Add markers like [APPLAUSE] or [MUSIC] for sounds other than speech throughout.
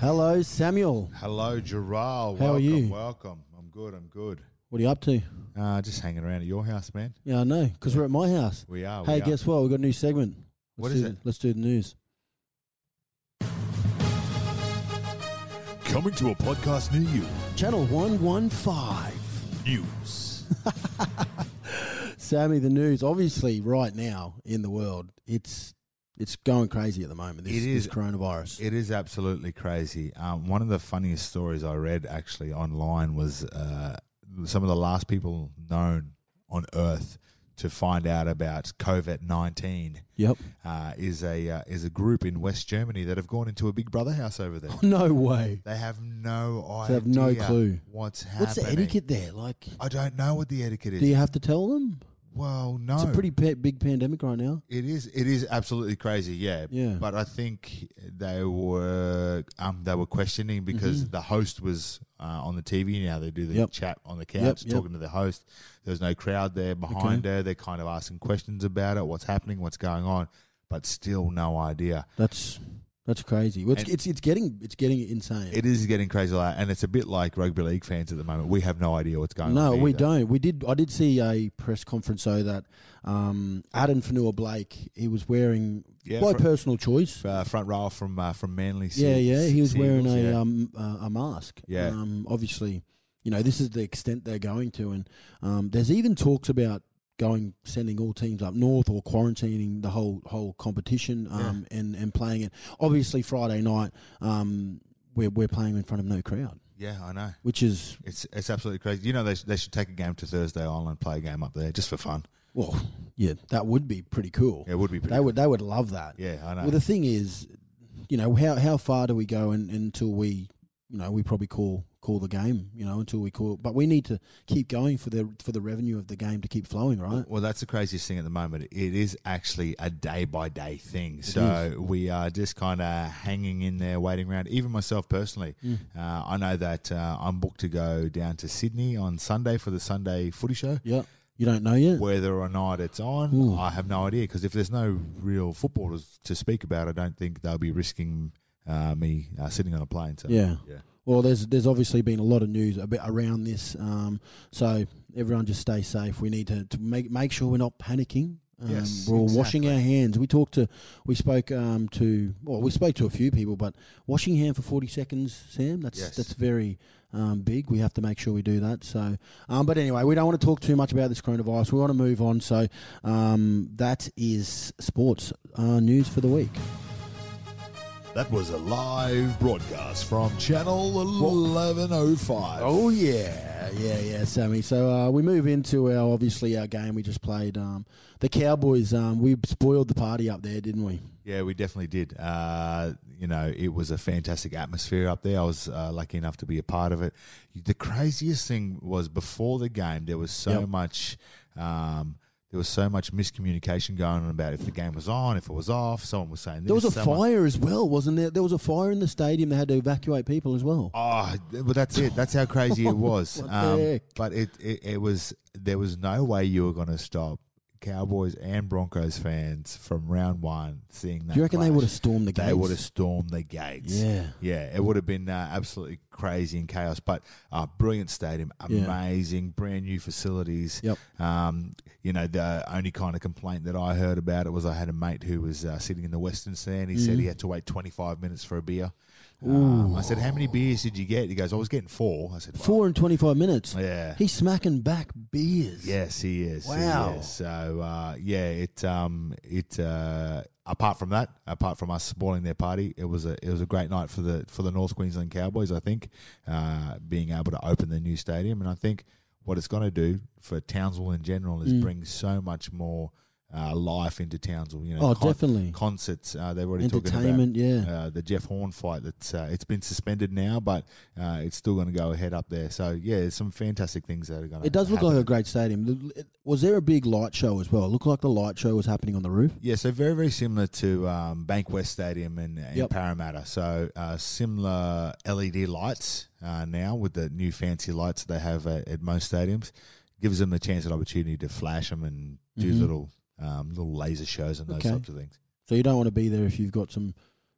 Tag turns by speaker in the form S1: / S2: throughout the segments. S1: Hello, Samuel.
S2: Hello, Gerald.
S1: How
S2: welcome,
S1: are you?
S2: Welcome. I'm good. I'm good.
S1: What are you up to?
S2: Uh, just hanging around at your house, man.
S1: Yeah, I know, because we're at my house.
S2: We are.
S1: hey,
S2: we are.
S1: guess what? We've got a new segment. Let's
S2: What
S1: do
S2: is
S1: the-
S2: it?
S1: Let's do the news.
S2: Coming to a podcast near you.
S1: Channel 115.
S2: News.
S1: Sammy, the news, obviously, right now in the world, it's it's going crazy at the moment. This,
S2: It
S1: this
S2: is.
S1: coronavirus.
S2: [LAUGHS] It is absolutely crazy. Um, one of the funniest stories I read actually online was uh, some of the last people known on Earth to find out about COVID nineteen
S1: yep. [LAUGHS]
S2: uh, is a uh, is a group in West Germany that have gone into a Big Brother house
S1: [LAUGHS]
S2: over there.
S1: No way.
S2: They have no idea.
S1: They have no clue.
S2: what's happening.
S1: What's the etiquette there? Like,
S2: I don't know what the etiquette is.
S1: do you have to tell them?
S2: well, no,
S1: It's a pretty pe- big pandemic right now.
S2: It is. It is absolutely crazy. Yeah.
S1: Yeah.
S2: But I think they were um they were questioning because the host was uh, on the TV now. They do the
S1: Mm-hmm. Yep.
S2: chat on the couch
S1: yep.
S2: talking to the host. There's no crowd there behind her. They're kind of asking questions about it. What's happening? What's going on? But still no idea.
S1: That's that's crazy. Well, It's,
S2: And-
S1: it's it's getting it's getting insane.
S2: It is getting crazy, like, and it's a bit like rugby league fans at the moment. We have no idea what's going on.
S1: No, we
S2: either.
S1: don't. We did. I did see a press conference though that um, Adam Fanua Blake he was wearing
S2: Yeah,
S1: by
S2: fr-
S1: personal choice.
S2: Uh, front row from uh, from Manly.
S1: yeah,
S2: Se-
S1: yeah, he was wearing
S2: Seagulls,
S1: a
S2: yeah.
S1: um, uh, a mask.
S2: Yeah.
S1: Um, obviously, you know this is the extent they're going to, and um, there's even talks about going sending all teams up north or quarantining the whole whole competition um, and and playing it. Obviously, Friday night um, we're we're playing in front of no crowd,
S2: yeah. I know.
S1: which is
S2: It's it's absolutely crazy. You know they, sh- they should take a game to Thursday Island, and play a game up there just for fun.
S1: well, yeah, that would be pretty cool.
S2: It would be pretty.
S1: They would they would love that.
S2: yeah, I know.
S1: Well, the thing is, you know, how how far do we go in, until we, you know, we probably call call the game, you know, until we call. But we need to keep going for the for the revenue of the game to keep flowing, right?
S2: well, that's the craziest thing at the moment. It is actually a day by day thing. So we are just kind of hanging in there, waiting around. Even myself personally,
S1: Hmm.
S2: uh, I know that uh, I'm booked to go down to Sydney on Sunday for the Sunday footy show.
S1: Yeah. You don't know yet.
S2: Whether or not it's on, I have no idea. Because if there's no real footballers to speak about, I don't think they'll be risking uh, me uh, sitting on a plane. So
S1: Yeah.
S2: yeah.
S1: Well, there's there's obviously been a lot of news a bit around this, um, so everyone just stay safe. We need to, to make make sure we're not panicking. Um,
S2: Yes,
S1: we're all washing
S2: exactly.
S1: our hands. We talked to, we spoke um, to, well, we spoke to a few people, but washing hand for forty seconds, Sam. That's
S2: Yes.
S1: that's very um, big. We have to make sure we do that. So, um, but anyway, we don't want to talk too much about this coronavirus. We want to move on. So, um, that is sports uh, news for the week.
S2: That was a live broadcast from Channel 1105.
S1: Oh yeah, yeah, yeah, Sammy. So uh, we move into our obviously our game we just played. Um, the Cowboys. Um, we spoiled the party up there, didn't we?
S2: Yeah, we definitely did. Uh, you know, it was a fantastic atmosphere up there. I was uh, lucky enough to be a part of it. The craziest thing was before the game, there was so
S1: Yep.
S2: much. Um, there was so much miscommunication going on about if the game was on, if it was off. Someone was saying this.
S1: There was a
S2: someone-
S1: fire as well, wasn't there? There was a fire in the stadium. They had to evacuate people as well.
S2: Oh, but that's it. That's how crazy it was.
S1: [LAUGHS] What the
S2: um,
S1: heck?
S2: but it, it it was there was no way you were going to stop Cowboys and Broncos fans from round one seeing that.
S1: Do you reckon they
S2: clash.
S1: would have stormed the gates?
S2: They would have stormed the gates.
S1: Yeah.
S2: yeah. It would have been uh, absolutely crazy and chaos. But uh, brilliant stadium,
S1: Yeah.
S2: amazing, brand new facilities.
S1: Yep.
S2: Um, you know, the only kind of complaint that I heard about it was I had a mate who was uh, sitting in the Western stand. He said he had to wait 25 minutes for a beer. Um, I said, "How many beers did you get?" He goes, "I was getting four. I said, "Wow."
S1: Four and twenty-five minutes.
S2: Yeah.
S1: He's smacking back beers.
S2: Yes, he is. he
S1: Wow.
S2: is. So uh, yeah, it um it uh apart from that, apart from us spoiling their party, it was a it was a great night for the for the North Queensland Cowboys. I think uh, being able to open the new stadium, and I think what it's going to do for Townsville in general
S1: Mm.
S2: is bring so much more. Uh, life into Townsville, you know.
S1: Oh, definitely.
S2: Concerts. Uh, they've already
S1: Entertainment,
S2: talking about
S1: yeah.
S2: uh, the Jeff Horn fight. That's uh, it's been suspended now, but uh, it's still going to go ahead up there. So yeah, there's some fantastic things that are going. to
S1: It does look like a great stadium. The- it- Was there a big light show as well? It looked like the light show was happening on the roof.
S2: Yeah, so very, very similar to um, Bankwest Stadium in, in
S1: Yep.
S2: Parramatta. So uh, similar LED lights uh, now with the new fancy lights they have at, at most stadiums. Gives them the chance and opportunity to flash them and do little um, little laser shows and those
S1: Mm-hmm. Okay.
S2: types of things.
S1: So you don't want to be there if you've got some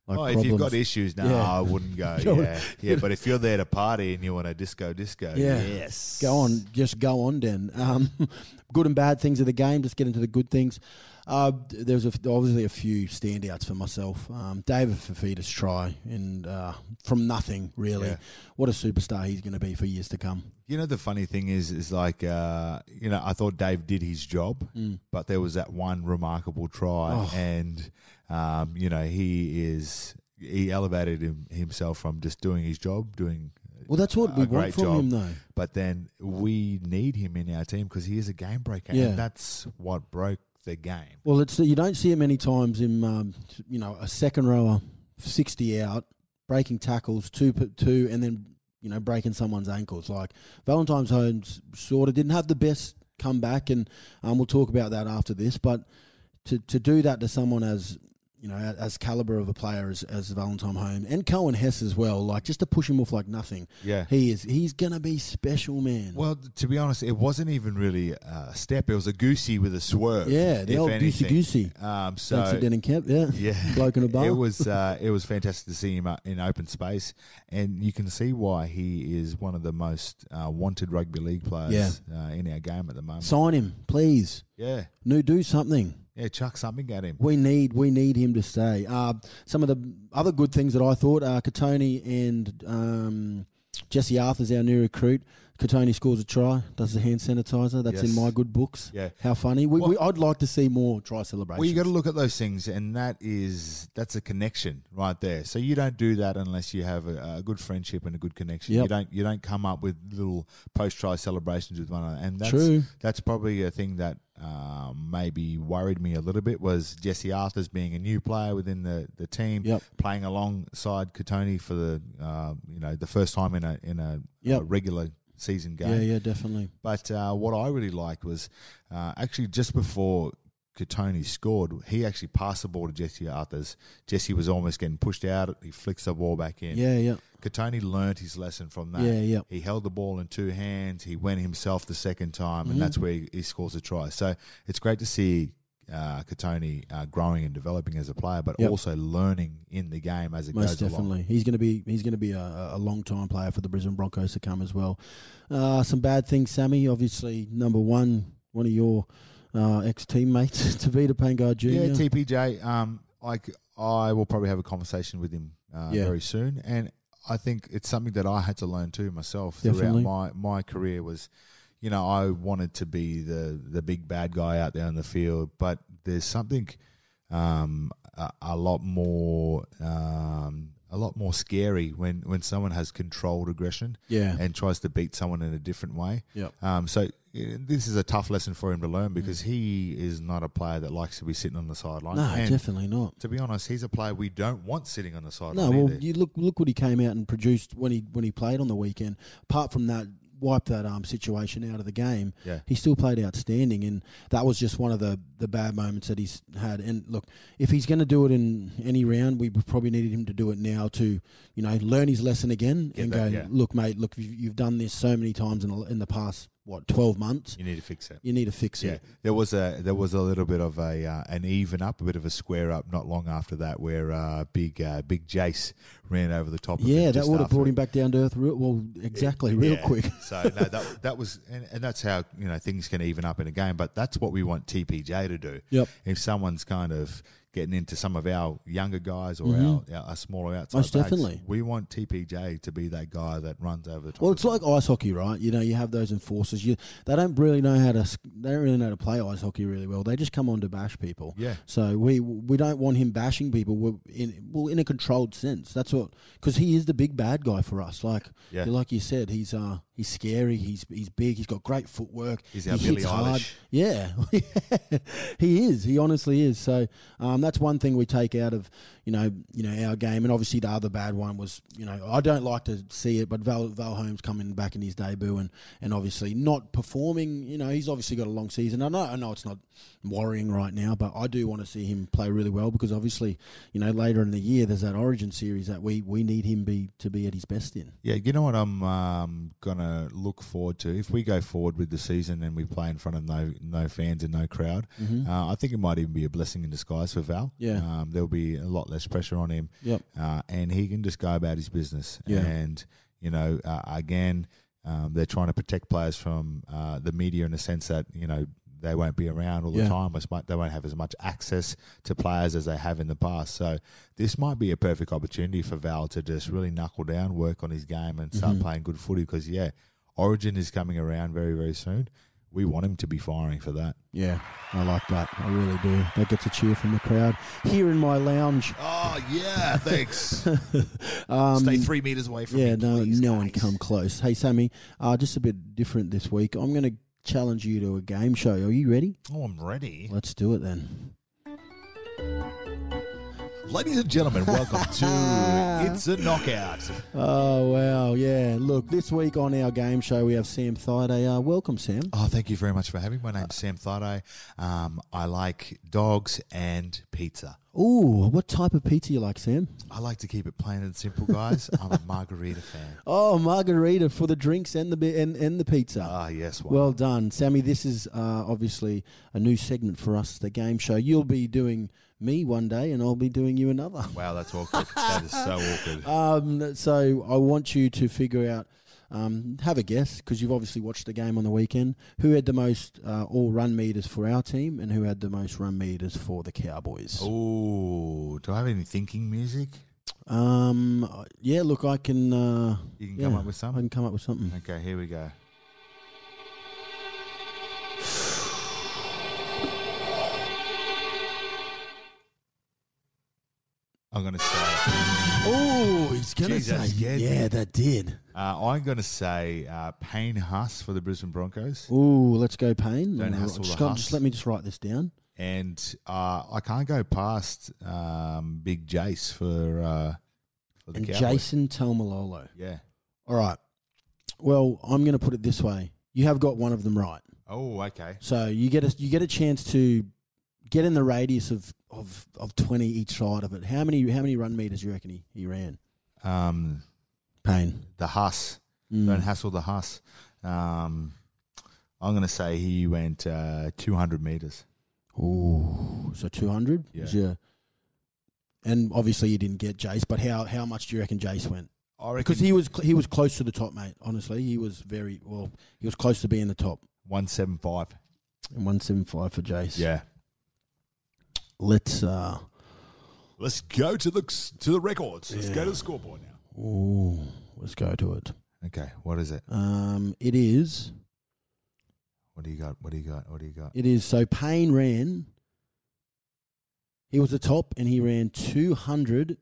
S1: Like
S2: oh, if you've got
S1: problems.
S2: issues, no,
S1: Yeah.
S2: I wouldn't go.
S1: [LAUGHS] Go on.
S2: yeah, yeah. But if you're there to party and you want to disco, disco,
S1: Yeah.
S2: yes,
S1: Go on, just go on, Dan. Um, [LAUGHS] good and bad things of the game. Just get into the good things. Uh, there's a, obviously a few standouts for myself. Um, David Fafita's try, and uh, from nothing really,
S2: Yeah.
S1: what a superstar he's going to be for years to come.
S2: You know the funny thing is, is like uh, you know I thought Dave did his job,
S1: Mm.
S2: but there was that one remarkable try,
S1: Oh.
S2: and um, you know he is he elevated him, himself from just doing his job, doing
S1: Well, that's what
S2: A
S1: we
S2: great
S1: want from
S2: job.
S1: him, though.
S2: but then we need him in our team because he is a game breaker,
S1: Yeah.
S2: and that's what broke the game.
S1: Well, it's you don't see him many times in um, you know a second rower, sixty out, breaking tackles two p- two, and then you know breaking someone's ankles. Like Valentine's Holmes sort of didn't have the best comeback, and um, we'll talk about that after this. But to to do that to someone as you know, a- as caliber of a player as, as Valentine Holmes and Cohen Hess as well, like just to push him off like nothing.
S2: Yeah.
S1: He is he's gonna be special, man.
S2: Well, th- to be honest, it wasn't even really a step. It was a goosey with a swerve.
S1: yeah, the
S2: if
S1: old
S2: anything.
S1: Goosey Goosey.
S2: Um, so
S1: Thanks to Denon Kemp, yeah.
S2: [LAUGHS] Yeah,
S1: Bloke in a bar.
S2: It was uh, it was fantastic to see him uh, in open space, and you can see why he is one of the most uh, wanted rugby league players uh, in our game at the moment.
S1: Sign him, please.
S2: yeah,
S1: No, do something.
S2: yeah, chuck something at him.
S1: We need we need him to stay. Uh, some of the other good things that I thought are Katoni and um, Jesse Arthur's our new recruit. Katoni scores a try, does the hand sanitizer. That's in
S2: Yes.
S1: my good books.
S2: Yeah.
S1: How funny. We,
S2: Well-
S1: we, I'd like to see more try celebrations.
S2: Well, you got to look at those things, and that is that's a connection right there. So you don't do that unless you have a, a good friendship and a good connection.
S1: Yep.
S2: You don't you don't come up with little post try celebrations with one another, and that's
S1: True.
S2: that's probably a thing that um, maybe worried me a little bit was Jesse Arthur's being a new player within the, the team,
S1: Yep.
S2: playing alongside Katoni for the uh, you know the first time in a in a,
S1: Yep.
S2: a regular season game.
S1: Yeah, yeah, definitely.
S2: But uh, what I really liked was uh, actually just before Katoni scored, he actually passed the ball to Jesse Arthurs. Jesse was almost getting pushed out. He flicks the ball back in.
S1: Yeah, yeah,
S2: Katoni learnt his lesson from that.
S1: yeah, yeah.
S2: He held the ball in two hands. He went himself the second time,
S1: Mhm.
S2: and that's where he, he scores a try. So it's great to see uh, Katoni uh, growing and developing as a player, but
S1: Yep.
S2: also learning in the game as it
S1: Most
S2: goes along.
S1: definitely, he's going to be he's going to be a, a long time player for the Brisbane Broncos to come as well. Uh, some bad things, Sammy. Obviously, number one, one of your uh, ex teammates, [LAUGHS] Tavita Pangai Jr.
S2: Yeah, TPJ. Um, like I will probably have a conversation with him uh,
S1: Yeah.
S2: very soon, and I think it's something that I had to learn too myself
S1: Definitely.
S2: throughout my my career. Was you know I wanted to be the the big bad guy out there on the field, but there's something um a, a lot more um a lot more scary when when someone has controlled aggression
S1: yeah,
S2: and tries to beat someone in a different way.
S1: Yep.
S2: Um, so uh, this is a tough lesson for him to
S1: Mm.
S2: learn because he is not a player that likes to be sitting on the sideline.
S1: no,
S2: And
S1: definitely not.
S2: to be honest, he's a player we don't want sitting on the
S1: No,
S2: sideline.
S1: well,
S2: either.
S1: you look look what he came out and produced when he when he played on the weekend. Apart from that, wiped that um situation out of the game.
S2: yeah,
S1: He still played outstanding, and that was just one of the, the bad moments that he's had. And look, if he's going to do it in any round, we probably needed him to do it now to, you know, learn his lesson again
S2: Get
S1: and
S2: that,
S1: go,
S2: yeah.
S1: look, mate, look, you've, you've done this so many times in the, in the past what twelve months.
S2: you need to fix it.
S1: You need to fix
S2: Yeah,
S1: it.
S2: there was a there was a little bit of a uh, an even up, a bit of a square up. Not long after that, where uh, big uh, big Jace ran over the top. of him
S1: Yeah, that
S2: just
S1: would have
S2: after-
S1: brought him back down to earth. Real, well, exactly, real
S2: Yeah.
S1: quick. [LAUGHS]
S2: so no, that that was, and, and that's how you know things can even up in a game. But that's what we want TPJ to do.
S1: Yep.
S2: If someone's kind of getting into some of our younger guys or
S1: Mhm.
S2: our, our smaller outside,
S1: Most
S2: backs,
S1: definitely.
S2: we want TPJ to be that guy that runs over the top.
S1: Well,
S2: of
S1: it's like ice hockey, right? You know, you have those enforcers. You they don't really know how to s- they don't really know how to play ice hockey really well. They just come on to bash people.
S2: Yeah.
S1: So we we don't want him bashing people. We're in well in a controlled sense. That's what because he is the big bad guy for us. Like
S2: Yeah.
S1: like you said, he's uh he's scary. He's he's big. He's got great footwork.
S2: He's
S1: he
S2: our Billie
S1: hits hard.
S2: Eilish.
S1: Yeah, [LAUGHS] he is. He honestly is. So um, that's one thing we take out of you know you know our game, and obviously the other bad one was you know I don't like to see it, but Val, Val Holmes coming back in his debut and and obviously not performing. You know he's obviously got a long season. I know I know it's not worrying right now, but I do want to see him play really well because obviously you know later in the year there's that Origin series that we we need him be to be at his best in.
S2: Yeah, you know what I'm um, gonna to look forward to if we go forward with the season and we play in front of no no fans and no crowd.
S1: Mhm.
S2: Uh, I think it might even be a blessing in disguise for Val.
S1: Yeah.
S2: um, there'll be a lot less pressure on him.
S1: Yep.
S2: uh, and he can just go about his business.
S1: Yeah.
S2: and you know, uh, again, um, they're trying to protect players from uh, the media in the sense that you know they won't be around all the
S1: Yeah.
S2: time. As much, they won't have as much access to players as they have in the past. So this might be a perfect opportunity for Val to just really knuckle down, work on his game, and start
S1: Mhm.
S2: playing good footy. Because yeah, Origin is coming around very very soon. We want him to be firing for that.
S1: Yeah, I like that. I really do. That gets a cheer from the crowd here in my lounge. [LAUGHS]
S2: Oh yeah, thanks.
S1: Um,
S2: three meters away
S1: yeah, no, no one come close. Hey, Sammy, uh, just a bit different this week. I'm going to challenge you to a game show. Are you ready?
S2: Oh, I'm ready.
S1: Let's do it then.
S2: Ladies and gentlemen, welcome to [LAUGHS] It's a Knockout.
S1: Oh wow, yeah. Look, this week on our game show we have Sam Thaiday. Uh, welcome, Sam.
S2: Oh, thank you very much for having me. My name's Sam Thaiday. Um, I like dogs and pizza.
S1: Ooh, what type of pizza you like, Sam?
S2: I like to keep it plain and simple, [LAUGHS] guys. I'm a margarita fan.
S1: Oh, margarita for the drinks and the be- and, and the pizza.
S2: Ah, yes. Why
S1: Well
S2: not?
S1: done, Sammy. This is uh, obviously a new segment for us, the game show. You'll be doing me one day, and I'll be doing you another. [LAUGHS]
S2: Wow, that's awkward. that is so awkward. [LAUGHS]
S1: Um, so I want you to figure out, um, have a guess, because you've obviously watched the game on the weekend. Who had the most uh, all run meters for our team, and who had the most run meters for the Cowboys?
S2: Oh, do I have any thinking music?
S1: Um, yeah. Look, I can. Uh,
S2: You can come
S1: yeah,
S2: up with
S1: I
S2: some.
S1: can come up with something.
S2: Okay, here we go. I'm gonna say.
S1: Oh, he's gonna
S2: Jeez, that
S1: say,
S2: scared me.
S1: yeah, that did.
S2: Uh, I'm gonna say uh, Payne Huss for the Brisbane Broncos,
S1: Ooh, let's go, Payne.
S2: Don't hassle
S1: just,
S2: the
S1: got- just
S2: Huss.
S1: let me just write this down.
S2: and uh, I can't go past um, Big Jace for uh, for the
S1: and
S2: Cowboys.
S1: Jason Talmalolo.
S2: Yeah.
S1: All right. Well, I'm going to put it this way: you have got one of them right,
S2: Oh, okay.
S1: so you get a you get a chance to get in the radius of of, of twenty each side of it. How many how many run meters you reckon he, he ran?
S2: Um,
S1: Pain.
S2: the Huss.
S1: Mm.
S2: Don't hassle the Huss. Um, I'm gonna say he went uh, 200 meters.
S1: Ooh, so two hundred.
S2: Yeah.
S1: And obviously you didn't get Jace, but how how much do you reckon Jace went?
S2: I
S1: Because he was cl- he was close to the top, mate. Honestly, he was very well. He was close to being the top.
S2: 175.
S1: And one seven five for Jace.
S2: Yeah.
S1: Let's uh.
S2: Let's go to the to the records.
S1: Let's go to the
S2: scoreboard now.
S1: Ooh, let's go to it.
S2: Okay, what is it?
S1: Um, it is.
S2: What do you got? What do you got? What do you got?
S1: It is. So Payne ran. He was the top, and he ran two hundred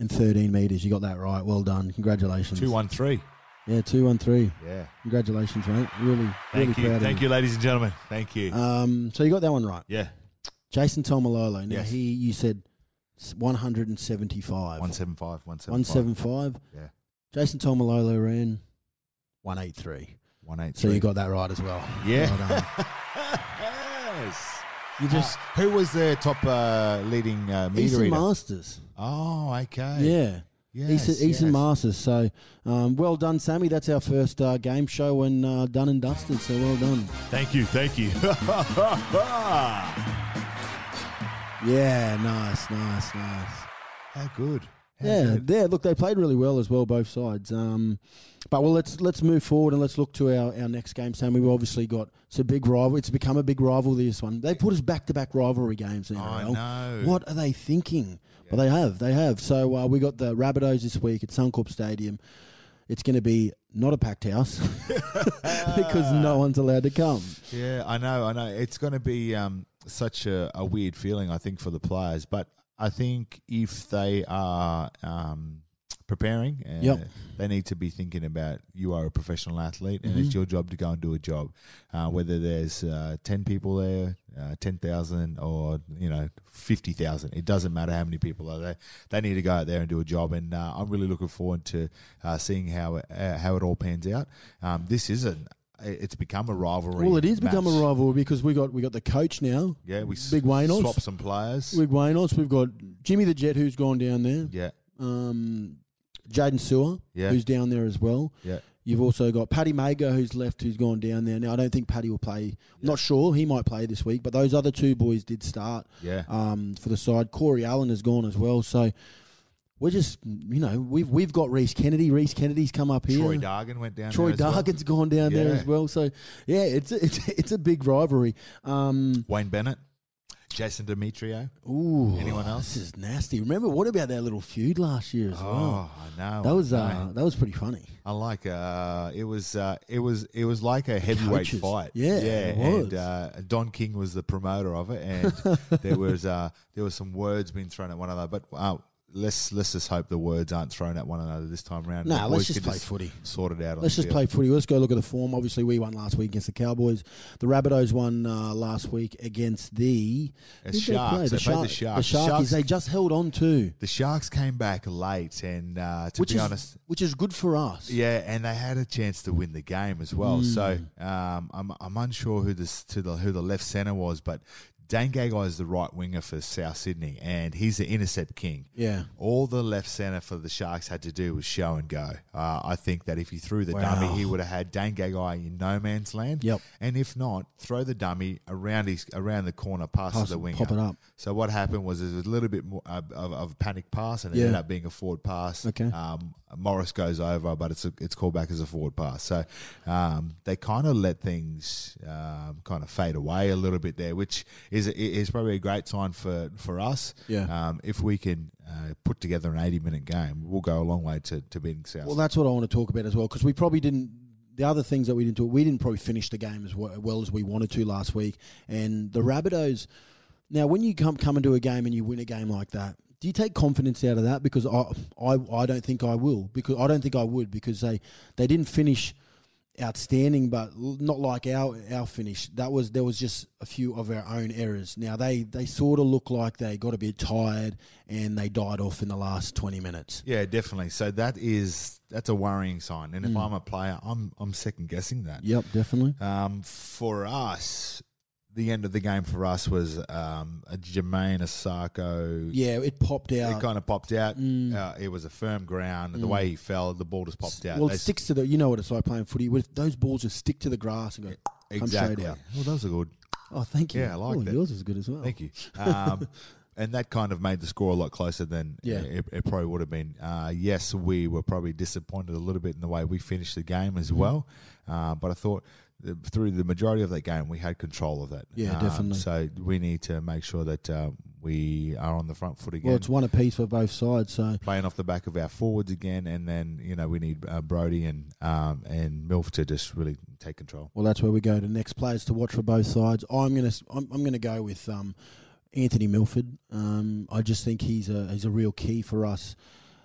S1: and thirteen meters. You got that right. Well done. Congratulations.
S2: 213.
S1: Yeah, two one three.
S2: Yeah.
S1: Congratulations, mate. Really, really
S2: Thank you.
S1: proud
S2: Thank
S1: of
S2: you, Uh, ladies and gentlemen. Thank you.
S1: Um, so you got that one right.
S2: yeah.
S1: Jason Tomalolo. Now
S2: Yes.
S1: he, you said one hundred and seventy five.
S2: 175. 175.
S1: One seven five.
S2: Yeah.
S1: Jason Tomalolo ran one eight three. So
S2: 183.
S1: you got that right as well.
S2: Yeah.
S1: Well done.
S2: [LAUGHS] yes.
S1: You just
S2: Just Ah, who was their top uh, leading uh, meter
S1: Easton
S2: reader?
S1: Masters.
S2: oh, okay.
S1: Yeah.
S2: Yes,
S1: Easton, Easton
S2: yes.
S1: Masters. So, um, well done, Sammy. That's our first uh, game show and uh, done and dusted. So, well done.
S2: Thank you. Thank you. [LAUGHS] How
S1: Yeah, nice, nice, nice.
S2: good. How
S1: yeah,
S2: good.
S1: yeah. Look, they played really well as well, both sides. Um, but well, let's let's move forward and let's look to our, our next game, Sammy. We've obviously got it's a big rival. It's become a big rivalry. This one, they put us back to back rivalry games. in
S2: I
S1: NRL.
S2: know.
S1: What are they thinking? But they have, they have. So uh, we got the Rabbitohs this week at Suncorp Stadium. It's going to be not a packed house [LAUGHS]
S2: [LAUGHS]
S1: because
S2: Ah.
S1: no one's allowed to come.
S2: Yeah, I know, I know. It's going to be um, such a, a weird feeling, I think, for the players. But I think if they are um, preparing, uh,
S1: Yep.
S2: they need to be thinking about you are a professional athlete and it's your job to go and do a job. Uh, whether there's uh, 10 people there, uh, 10,000 or, you know, 50,000, it doesn't matter how many people are there. They need to go out there and do a job. And uh, I'm really looking forward to uh, seeing how it, uh, how it all pans out. Um, this isn't. It's become a rivalry.
S1: Well, it is become
S2: match.
S1: a rivalry because we got we got the coach now,
S2: Yeah, we s-
S1: Big Waynos.
S2: swap some players.
S1: Big Waynos. We've got Jimmy the Jet who's gone down there.
S2: yeah,
S1: Um, Jaden Sewer
S2: Yeah.
S1: who's down there as well.
S2: yeah.
S1: You've also got Paddy Mago, who's left, who's gone down there. Now, I don't think Paddy will play. Not sure. He might play this week, but those other two boys did start
S2: Yeah.
S1: um, for the side. Corey Allen has gone as well. So we're just, you know, we've we've got Reese Kennedy. Reese Kennedy's come up here.
S2: Troy Dargan went down.
S1: Troy
S2: there as well.
S1: Dargan's gone down there
S2: Yeah.
S1: as well. So yeah, it's a, it's a- it's a big rivalry. Um,
S2: Wayne Bennett, Jason Demetrio.
S1: ooh,
S2: Anyone else?
S1: This is nasty. Remember what about that little feud last year as well?
S2: Oh, I know.
S1: That was
S2: I
S1: uh,
S2: know.
S1: that was pretty funny.
S2: I like uh, it was uh, it was it was like a heavyweight
S1: coaches.
S2: fight.
S1: Yeah,
S2: yeah.
S1: it was.
S2: And uh, Don King was the promoter of it, and
S1: [LAUGHS]
S2: there was uh, there was some words being thrown at one another. But uh, let's let's just hope the words aren't thrown at one another this time around.
S1: Nah,
S2: The
S1: let's
S2: boys
S1: just
S2: can
S1: play footy.
S2: Sort it out. On
S1: Let's
S2: the
S1: just
S2: field.
S1: play footy. Let's go look at the form. Obviously, we won last week against the Cowboys. The Rabbitohs won uh, last week against the
S2: The
S1: who'd they
S2: Sharks.
S1: play?
S2: They played
S1: Shark-
S2: the Sharks. The
S1: Sharkies.
S2: Sharks-
S1: They just held on to,
S2: The Sharks came back late, and uh, to
S1: which
S2: be
S1: is
S2: honest,
S1: which is good for us.
S2: Yeah, and they had a chance to win the game as well.
S1: Mm.
S2: So um, I'm I'm unsure who this to the who the left center was, but Dane Gagai is the right winger for South Sydney, and he's the intercept king.
S1: Yeah.
S2: All the left center for the Sharks had to do was show and go. Uh, I think that if he threw the
S1: Wow.
S2: dummy, he would have had Dane Gagai in no man's land.
S1: Yep.
S2: And if not, throw the dummy around his around the corner, past
S1: Pass-
S2: the winger,
S1: pop it up.
S2: So what happened was it was a little bit more uh, of, of a panic pass, and it
S1: Yeah.
S2: ended up being a forward pass.
S1: Okay.
S2: Um, Morris goes over, but it's a, it's called back as a forward pass. So um, they kind of let things um, kind of fade away a little bit there, which is is probably a great sign for for us.
S1: Yeah.
S2: Um, if we can uh, put together an eighty minute game, we'll go a long way to, to beating South.
S1: Well, that's what I want to talk about as well because we probably didn't. The other things that we didn't do, we didn't probably finish the game as well, well as we wanted to last week. And the Rabbitohs. Now, when you come come into a game and you win a game like that, do you take confidence out of that? Because I I, I don't think I will because I don't think I would because they they didn't finish outstanding, but l- not like our our finish. That was there was just a few of our own errors. Now they they sort of look like they got a bit tired and they died off in the last twenty minutes.
S2: Yeah, definitely. So that is that's a worrying sign.
S1: Hmm.
S2: And if I'm a player, I'm I'm second guessing that.
S1: Yep, definitely.
S2: Um, for us, the end of the game for us was um, a Jermaine Asako.
S1: Yeah, Mm. it popped out.
S2: It kind of popped out. Uh, it was a firm ground. The way he fell, the ball just popped out.
S1: well,
S2: They-
S1: it sticks to the. You know what it's like playing footy. With those balls, just stick to the grass and go. Come
S2: exactly.
S1: straight out.
S2: Well, that was a good.
S1: Oh, thank you.
S2: Yeah, I like
S1: oh,
S2: that.
S1: Yours is good as well.
S2: Thank you. Um, and that kind of made the score a lot closer than
S1: Yeah.
S2: it, it probably would have been. Uh, yes, we were probably disappointed a little bit in the way we finished the game
S1: Mm-hmm.
S2: as well. Uh, but I thought that through the majority of that game, we had control of that.
S1: Yeah,
S2: Um,
S1: definitely.
S2: So we need to make sure that uh, we are on the front foot again.
S1: Well, it's one apiece for both sides. So
S2: Playing off the back of our forwards again, and then you know we need uh, Brody and um, and Milf to just really take control.
S1: Well, that's where we go to next players to watch for both sides. I'm gonna I'm, I'm gonna go with um, Anthony Milford. Um, I just think he's a he's a real key for us.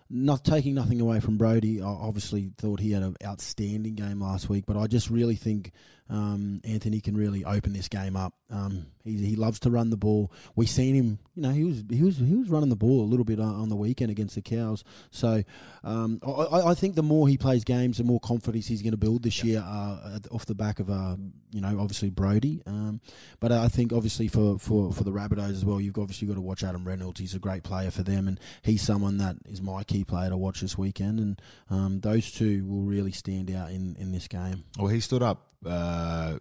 S1: Not taking nothing away from Brody, I obviously thought he had an outstanding game last week, but I just really think um, Anthony can really open this game up. Um, he he loves to run the ball. We seen him, you know, he was he was he was running the ball a little bit uh, on on the weekend against the Cows. So um, I- I, I think the more he plays games, the more confidence he's going to build this year uh, at- off the back of, uh, you know, obviously Brody. Um, but I think obviously for, for, for the Rabbitohs as well, you've obviously got to watch Adam Reynolds. He's a great player for them, and he's someone that is my key player to watch this weekend. And um, those two will really stand out in, in this game.
S2: Well, he stood up uh,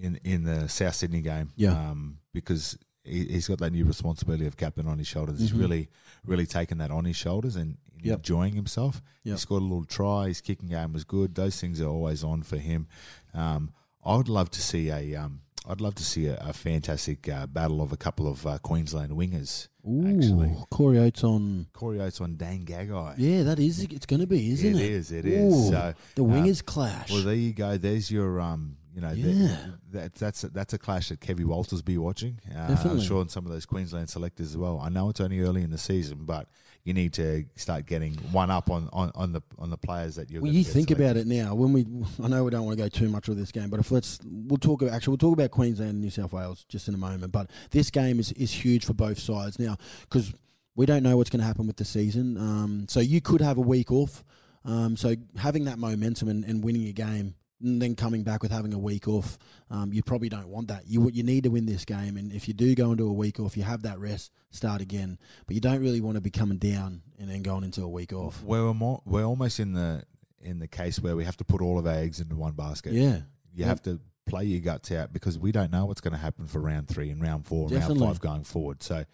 S2: in in the South Sydney game,
S1: Yeah.
S2: um, because he, he's got that new responsibility of captain on his shoulders. He's
S1: Mhm.
S2: really, really taken that on his shoulders and
S1: Yep.
S2: enjoying himself. He
S1: Yep.
S2: scored a little try. His kicking game was good. Those things are always on for him. Um, I would love to see a. Um, I'd love to see a, a fantastic uh, battle of a couple of uh, Queensland wingers. Actually.
S1: Corey Oates on.
S2: Corey Oates on Dane Gagai.
S1: Yeah, that is. It's going to be, isn't it?
S2: It is, it is.
S1: Ooh,
S2: So,
S1: the
S2: uh,
S1: wingers clash.
S2: Well, there you go. There's your um. You know, the-
S1: Yeah.
S2: that, that's a, that's a clash that Kevy Walters be watching. Uh, I'm
S1: Definitely.
S2: sure in some of those Queensland selectors as well. I know it's only early in the season, but you need to start getting one up on, on, on the on the players that you're.
S1: Well,
S2: gonna
S1: you
S2: get
S1: think
S2: selected.
S1: about it now. When we, I know we don't want to go too much with this game, but if let's, we'll talk. About, actually, we'll talk about Queensland and New South Wales just in a moment. But this game is is huge for both sides now because we don't know what's going to happen with the season. Um, so you could have a week off. Um, so having that momentum and, and winning a game. And then coming back with having a week off, um, you probably don't want that. You you need to win this game, and if you do go into a week off, you have that rest, start again. But you don't really want to be coming down and then going into a week off.
S2: We're more, we're almost in the in the case where we have to put all of our eggs into one basket.
S1: Yeah.
S2: You have to play your guts out because we don't know what's going to happen for round three and round four and
S1: Definitely.
S2: round five going forward. So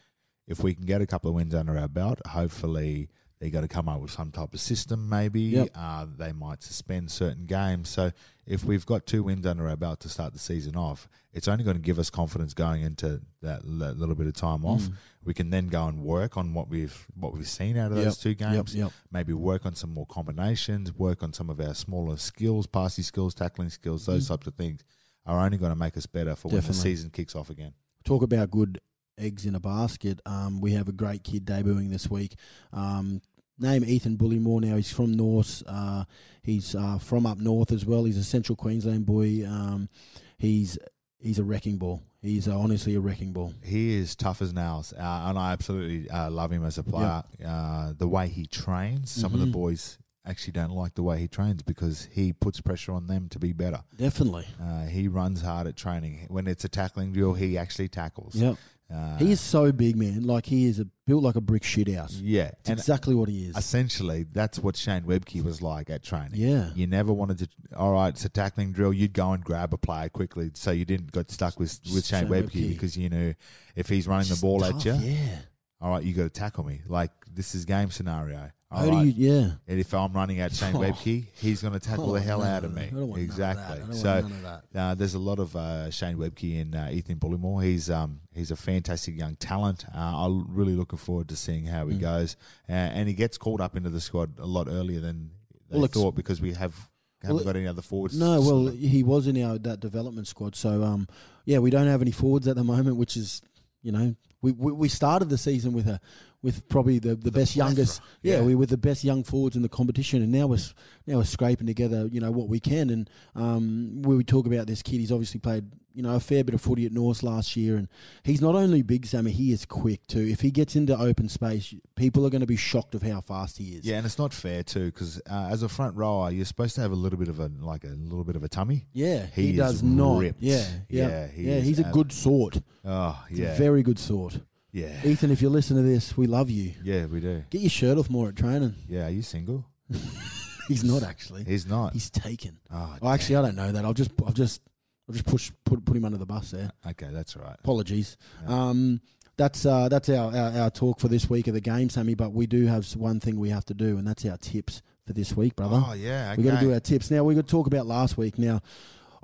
S2: if we can get a couple of wins under our belt, hopefully they're going to come up with some type of system. Maybe
S1: Yep.
S2: uh, they might suspend certain games. So if we've got two wins under our belt to start the season off, it's only going to give us confidence going into that li- little bit of time off.
S1: Mm.
S2: We can then go and work on what we've what we've seen out of
S1: Yep,
S2: those two games
S1: Yep. Yep.
S2: maybe work on some more combinations, work on some of our smaller skills, passing skills, tackling skills, those types of things are only going to make us better for when the
S1: Definitely.
S2: season kicks off again.
S1: talk about good eggs in a basket. Um, we have a great kid debuting this week. Um, name Ethan Bullymore now. He's from Norse. Uh, he's uh, from up north as well. He's a central Queensland boy. Um, he's he's a wrecking ball. He's uh, honestly a wrecking ball.
S2: He is tough as nails, uh, and I absolutely uh, love him as a player. Uh, the way he trains, some of the
S1: Mhm.
S2: boys actually don't like the way he trains because he puts pressure on them to be better.
S1: Definitely.
S2: Uh, he runs hard at training. When it's a tackling drill, he actually tackles.
S1: Yep.
S2: Uh,
S1: He is so big, man. Like he is a, built like a brick shit house.
S2: yeah,
S1: It's
S2: and uh,
S1: exactly what he is.
S2: essentially that's what Shane Webke was like at training.
S1: Yeah.
S2: You never wanted to. All right, it's a tackling drill. You'd go and grab a player quickly, so you didn't get stuck with with Shane,
S1: Shane
S2: Webke,
S1: Webke.
S2: because you know if he's running
S1: Just
S2: the ball
S1: tough,
S2: at you,
S1: Yeah.
S2: all right, you got to tackle me. Like this is game scenario.
S1: How
S2: All
S1: do
S2: right,
S1: you? Yeah.
S2: and if I'm running at Shane
S1: [LAUGHS] Oh.
S2: Webke, he's going to tackle
S1: Oh,
S2: the hell
S1: no,
S2: out of
S1: no, no.
S2: me.
S1: I don't want none of that. I
S2: exactly.
S1: don't want
S2: so.
S1: none of that.
S2: Uh, there's a lot of uh, Shane Webke and uh, Ethan Bullimore. He's um, he's a fantastic young talent. Uh, I'm really looking forward to seeing how
S1: Mm.
S2: he goes, uh, and he gets called up into the squad a lot earlier than they
S1: Well, it's-
S2: thought because we have haven't
S1: Well,
S2: got any other forwards.
S1: No, well,
S2: So-
S1: he was in our that development squad. So, um, yeah, we don't have any forwards at the moment, which is, you know, we, we, we started the season with a with probably the, the, best youngest. Yeah,
S2: yeah.
S1: we were the best young forwards in the competition, and now we're s- now we're scraping together, you know, what we can. And um, when we talk about this kid, he's obviously played, you know, a fair bit of footy at Norse last year, and he's not only big, Sammy, he is quick too. If he gets into open space, people are going to be shocked of how fast he is.
S2: yeah, and it's not fair too because uh, as a front rower, you're supposed to have a little bit of a like a little bit of a tummy.
S1: Yeah, he,
S2: He is
S1: does not.
S2: ripped.
S1: Yeah, yeah, yeah.
S2: Yeah, he is
S1: he's a
S2: ab-
S1: good sort.
S2: Oh
S1: It's
S2: yeah,
S1: a very good sort.
S2: yeah,
S1: Ethan, if you listen to this, we love you.
S2: yeah, we do.
S1: Get your shirt off more at
S2: [LAUGHS]
S1: training.
S2: Yeah, are you single?
S1: He's not actually.
S2: He's not.
S1: He's taken.
S2: oh,
S1: Oh, actually, I don't know that. I'll just, I'll just, I'll just push, put, put him under the bus there.
S2: okay, that's all right.
S1: Apologies. Um, that's uh, that's our, our our talk for this week of the game, Sammy. But we do have one thing we have to do, and that's our tips for this week, brother.
S2: Oh yeah, okay.
S1: We got to do our tips now. We got to talk about last week. Now,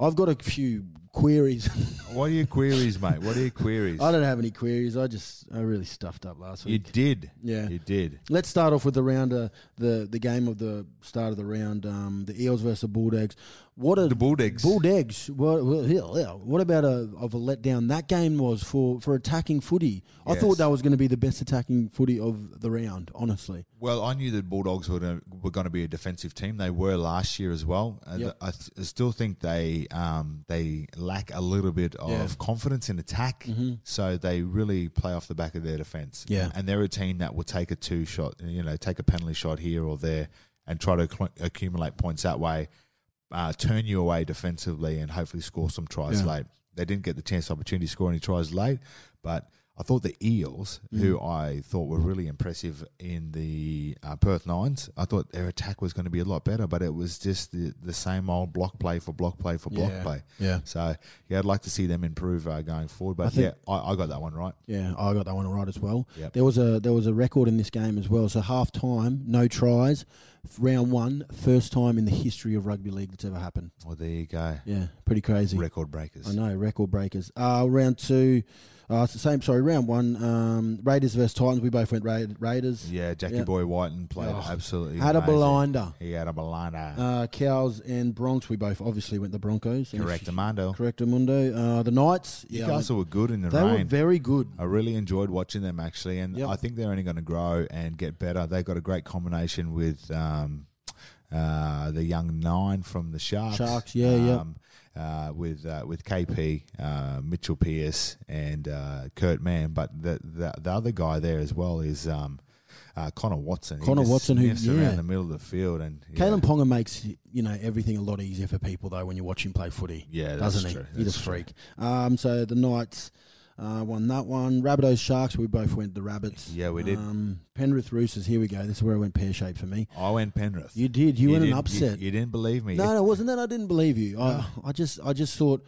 S1: I've got a few queries. [LAUGHS]
S2: What are your queries, mate? What are your queries?
S1: I don't have any queries. I just, I really stuffed up last
S2: You
S1: week.
S2: did.
S1: yeah.
S2: You did.
S1: Let's start off with the round, uh, the the game of the start of the round, um, the Eels versus the Bulldogs. What a
S2: The Bulldogs.
S1: Bulldogs! What, what, hell, yeah. what about a of a letdown that game was for for attacking footy? I
S2: Yes.
S1: thought that was going to be the best attacking footy of the round. Honestly,
S2: well, I knew the Bulldogs were gonna, were going to be a defensive team. They were last year as well. Uh,
S1: Yep.
S2: I, th- I still think they um, they lack a little bit of
S1: Yeah. Mm-hmm.
S2: confidence in attack, so they really play off the back of their defense.
S1: Yeah.
S2: and they're a team that will take a two shot, you know, take a penalty shot here or there, and try to accu- accumulate points that way. uh, turn you away defensively and hopefully score some tries
S1: Yeah.
S2: late. They didn't get the chance, opportunity to score any tries late, but I thought the Eels,
S1: Mm.
S2: who I thought were really impressive in the uh, Perth Nines, I thought their attack was going to be a lot better, but it was just the, the same old block play for block play for block
S1: Yeah.
S2: play.
S1: yeah,
S2: So, yeah, I'd like to see them improve uh, going forward,
S1: I
S2: but
S1: think-
S2: yeah, I, I got that one right.
S1: yeah. I got that one right as well.
S2: Yep.
S1: There was a there was a record in this game as well. So half time, no tries. Round one, first time in the history of rugby league that's ever happened.
S2: Well, there you go.
S1: Yeah, pretty crazy.
S2: Record breakers.
S1: I know, record breakers. Uh, round two, uh, it's the same. Sorry, round one. Um, Raiders versus Titans. We both went Ra- Raiders.
S2: Yeah, Jackie
S1: Yeah.
S2: Boy Whiten played
S1: Oh,
S2: absolutely
S1: Had a
S2: amazing.
S1: blinder.
S2: He had a blinder.
S1: Uh, Cows and Bronx. We both obviously went the Broncos. And-
S2: Correct, Amando.
S1: Correct, Mundo. Uh, the Knights. Yeah, I went-
S2: Newcastle were good in the
S1: they were
S2: rain.
S1: very good.
S2: I really enjoyed watching them actually, and
S1: Yep.
S2: I think they're only going to grow and get better. They got a great combination with um, uh, the young nine from the Sharks.
S1: Sharks, yeah, yeah.
S2: Uh, with uh, with KP, uh, Mitchell Pearce, and uh, Kurt Mann, but the, the the other guy there as well is um, uh, Connor Watson. He
S1: Connor
S2: just
S1: Watson, who-
S2: sniffs
S1: yeah.
S2: around the middle of the field, and yeah,
S1: Kalen Ponga makes you know everything a lot easier for people though when you watch him play footy.
S2: yeah, that's
S1: doesn't he?
S2: true.
S1: He's
S2: That's
S1: a
S2: true.
S1: freak. Um, so the Knights. Uh, won that one. Rabbitohs Sharks. We both went the Rabbits.
S2: Yeah, we did.
S1: Um, Penrith Roosters. Here we go. This is where I went pear shaped for me.
S2: I went Penrith.
S1: You did. You, went an
S2: didn't-
S1: upset.
S2: You, you didn't believe me.
S1: no, no, it wasn't that. I didn't believe you. I,
S2: Oh.
S1: I just, I just thought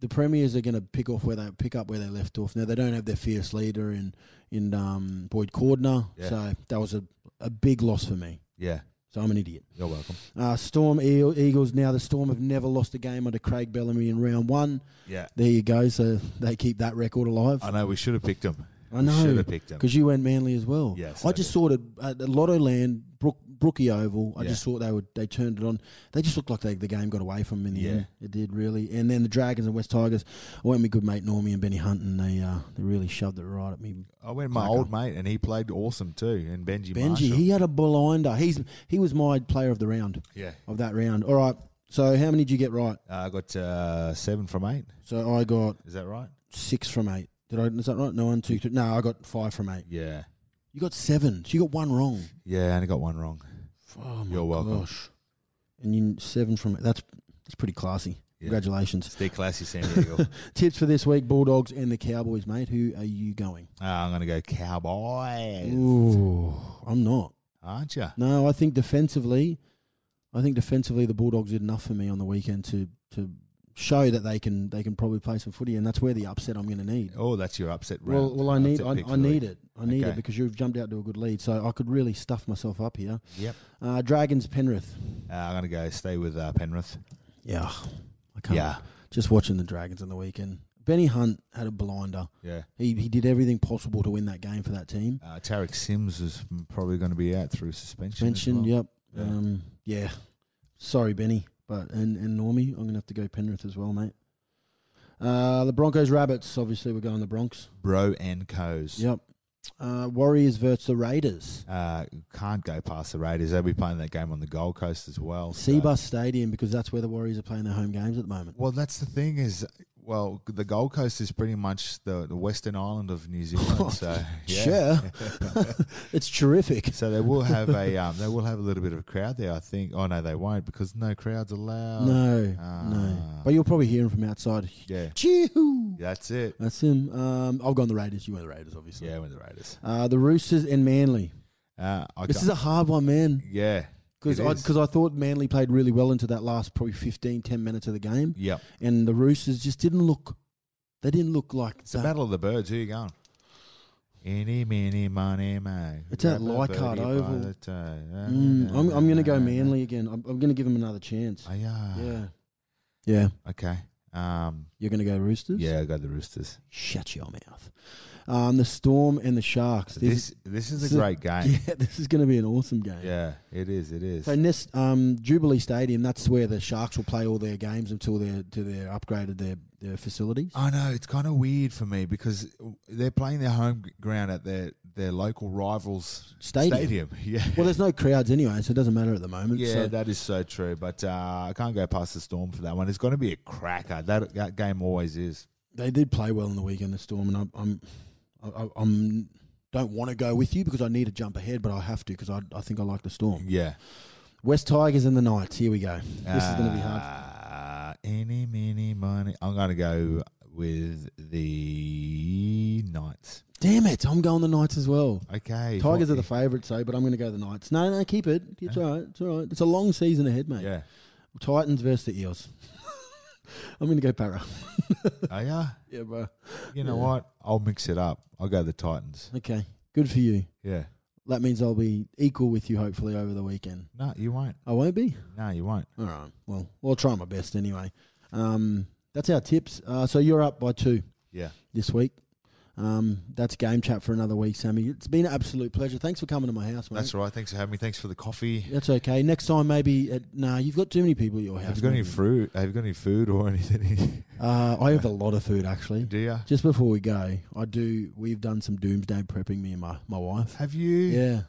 S1: the premiers are going to pick off where they pick up where they left off. Now they don't have their fierce leader in in um, Boyd Cordner,
S2: Yeah.
S1: so that was a, a big loss for me.
S2: Yeah,
S1: So I'm an idiot.
S2: you're welcome.
S1: Uh, Storm Eel- Eagles now. The Storm have never lost a game under Craig Bellamy in round one.
S2: Yeah,
S1: There you go. So they keep that record alive.
S2: I know we should have picked him.
S1: I
S2: should
S1: know
S2: have picked him.
S1: because you went Manly as well.
S2: Yes,
S1: I
S2: I
S1: just saw it at the Lotto Land, Brook, Brookie Oval. I
S2: Yeah.
S1: just thought they would they turned it on. They just looked like they, the game got away from them in the
S2: Yeah.
S1: end. It did really. And then the Dragons and West Tigers. I went with good mate Normie and Benny Hunt, and they uh, they really shoved it right at me.
S2: I went my
S1: Clarko.
S2: old mate, and he played awesome too. And Benji,
S1: Benji,
S2: Marshall.
S1: he had a blinder. He's he was my player of the round
S2: yeah,
S1: of that round. All right. So how many did you get right?
S2: uh, I got uh, seven from eight.
S1: So I got
S2: Is that right?
S1: six from eight. Did I? Is that right? No, one, two, three. No, I got five from eight.
S2: Yeah,
S1: You got seven. So you got one wrong.
S2: yeah. I only got one wrong.
S1: Oh my
S2: You're welcome.
S1: gosh. And you seven from that's that's pretty classy.
S2: Yeah.
S1: Congratulations.
S2: Stay classy, San
S1: [LAUGHS]
S2: Diego. uh,
S1: Tips for this week: Bulldogs and the Cowboys, mate. Who are you going?
S2: Uh, I'm gonna go Cowboys.
S1: Ooh, I'm not.
S2: Aren't you?
S1: No, I think defensively, I think defensively the Bulldogs did enough for me on the weekend to to show that they can they can probably play some footy, and that's where the upset I'm going to need.
S2: Oh, that's your upset round.
S1: Well, well, I need,
S2: Upset
S1: I,
S2: pick
S1: I
S2: for the
S1: need
S2: week.
S1: it. I need it
S2: Okay.
S1: because you've jumped out to a good lead, so I could really stuff myself up here.
S2: Yep.
S1: Uh, Dragons, Penrith.
S2: Uh, I'm gonna go stay with uh, Penrith.
S1: Yeah, I can't.
S2: Yeah,
S1: just watching the Dragons on the weekend. Benny Hunt had a blinder.
S2: yeah.
S1: He he did everything possible to win that game for that team.
S2: Uh, Tarek Sims is probably going to be out through suspension. as
S1: Mentioned,
S2: well.
S1: yep.
S2: Yeah.
S1: Um, yeah. Sorry, Benny, but and and Normie, I'm gonna have to go Penrith as well, mate. Uh, the Broncos, Rabbits. Obviously, we're going the Bronx.
S2: Bro and Co's.
S1: Yep. Uh, Warriors versus the Raiders.
S2: Uh, can't go past the Raiders. They'll be playing that game on the Gold Coast as well. so-
S1: Seabus Stadium because that's where the Warriors are playing their home games at the moment. [LAUGHS]
S2: Well, that's the thing is, well, the Gold Coast is pretty much the, the Western Island of New
S1: [LAUGHS]
S2: Zealand. so yeah.
S1: Sure, it's terrific.
S2: [LAUGHS] So they will have a um, they will have a little bit of a crowd there, I think. Oh no, they won't because no crowds allowed.
S1: no, no.
S2: Ah.
S1: But you're probably hearing from outside.
S2: Yeah,
S1: Chee-hoo.
S2: that's it.
S1: That's him. Um, I've gone the Raiders. You went the Raiders, obviously.
S2: Yeah, with the Raiders.
S1: Uh, the Roosters and Manly.
S2: Uh, I
S1: This is a hard one, man.
S2: yeah,
S1: Because
S2: it
S1: I,
S2: is.
S1: 'cause I thought Manly played really well into that last probably 15, 10 minutes of the game.
S2: yep.
S1: And the Roosters just didn't look, they didn't look like
S2: It's the
S1: that.
S2: Battle of the Birds. Who you going? Any, many, money, mo.
S1: It's at
S2: Grab a
S1: Leichhardt
S2: birdie by
S1: Oval.
S2: the toe.
S1: Mm, I'm, I'm going to go Manly again. I'm, I'm going to give them another chance.
S2: Oh, yeah.
S1: Yeah. Yeah.
S2: Okay. Um,
S1: You're going to go Roosters?
S2: yeah, I got the Roosters.
S1: Shut your mouth. Um, the Storm and the Sharks. This,
S2: This this is
S1: this
S2: a
S1: is-
S2: great game.
S1: [LAUGHS] yeah, this is going to be an awesome game.
S2: Yeah. it is. It is.
S1: So Nest um, Jubilee Stadium, that's where the Sharks will play all their games until they're to they're upgraded their, their facilities.
S2: I know it's kind of weird for me because they're playing their home g- ground at their their local rivals'
S1: Stadium.
S2: stadium. [LAUGHS] Yeah.
S1: Well, there's no crowds anyway, so it doesn't matter at the moment.
S2: Yeah,
S1: so
S2: that is so true. But uh, I can't go past the storm for that one. It's going to be a cracker. That that game always is.
S1: they did play well in the weekend, the Storm, and I'm, I'm, I, I'm don't want to go with you because I need to jump ahead, but I have to because I, I think I like the Storm.
S2: Yeah.
S1: West Tigers and the Knights. Here we go. This is going to be hard.
S2: Ah. hard. Uh, Any, mini, money. I'm going to go with the Knights.
S1: Damn it! I'm going the Knights as well.
S2: Okay.
S1: Tigers are the
S2: If
S1: favourites, so but I'm going to go the Knights. No, no, keep it. It's all right. It's all right. It's a long season ahead,
S2: I-
S1: mate.
S2: Yeah.
S1: Titans versus the Eels. [LAUGHS] I'm going to go Para.
S2: Oh, yeah.
S1: Yeah, bro.
S2: You know
S1: Yeah.
S2: what? I'll mix it up. I'll go the Titans.
S1: Okay. Good for you.
S2: Yeah.
S1: That means I'll be equal with you hopefully over the weekend.
S2: No, you won't.
S1: I won't be.
S2: No, you won't.
S1: All right. Well, I'll try my best anyway. Um, that's our tips. Uh, so you're up by two
S2: Yeah.
S1: this week. Um, that's game chat for another week, Sammy. It's been an absolute pleasure. Thanks for coming to my house, mate.
S2: That's all right. Thanks for having me. Thanks for the coffee.
S1: That's okay. Next time, maybe. At, nah, you've got too many people at your house.
S2: Have you got any
S1: mate.
S2: fruit? Have you got any food or [LAUGHS] anything?
S1: Uh, I have a lot of food actually.
S2: Do you?
S1: Just before we go, I do. We've done some doomsday prepping. Me and my my wife.
S2: Have you?
S1: Yeah,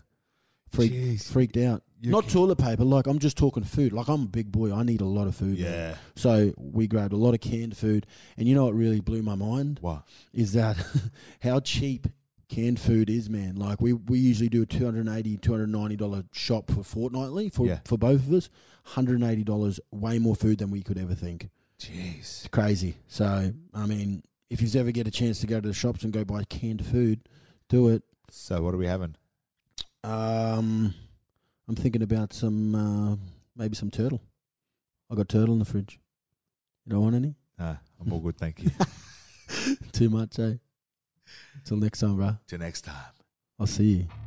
S1: freaked
S2: Jeez.
S1: freaked out.
S2: You
S1: Not
S2: ca-
S1: toilet paper. Like I'm just talking food. Like I'm a big boy. I need a lot of food. man.
S2: Yeah.
S1: So we grabbed a lot of canned food, and you know what really blew my mind
S2: What?
S1: is that [LAUGHS] how cheap canned food is, man. Like we we usually do a 280 290 dollar shop for fortnightly for
S2: Yeah.
S1: for both of us. 180 dollars, way more food than we could ever think
S2: Jeez.
S1: crazy. So I mean, if you ever get a chance to go to the shops and go buy canned food, do it.
S2: So what are we having?
S1: Um, I'm thinking about some uh, maybe some turtle. I got turtle in the fridge. You don't want [LAUGHS] any?
S2: Nah, I'm all
S1: [LAUGHS]
S2: good, thank you.
S1: Too much, eh? Till next time, bro.
S2: Till next time.
S1: I'll see you.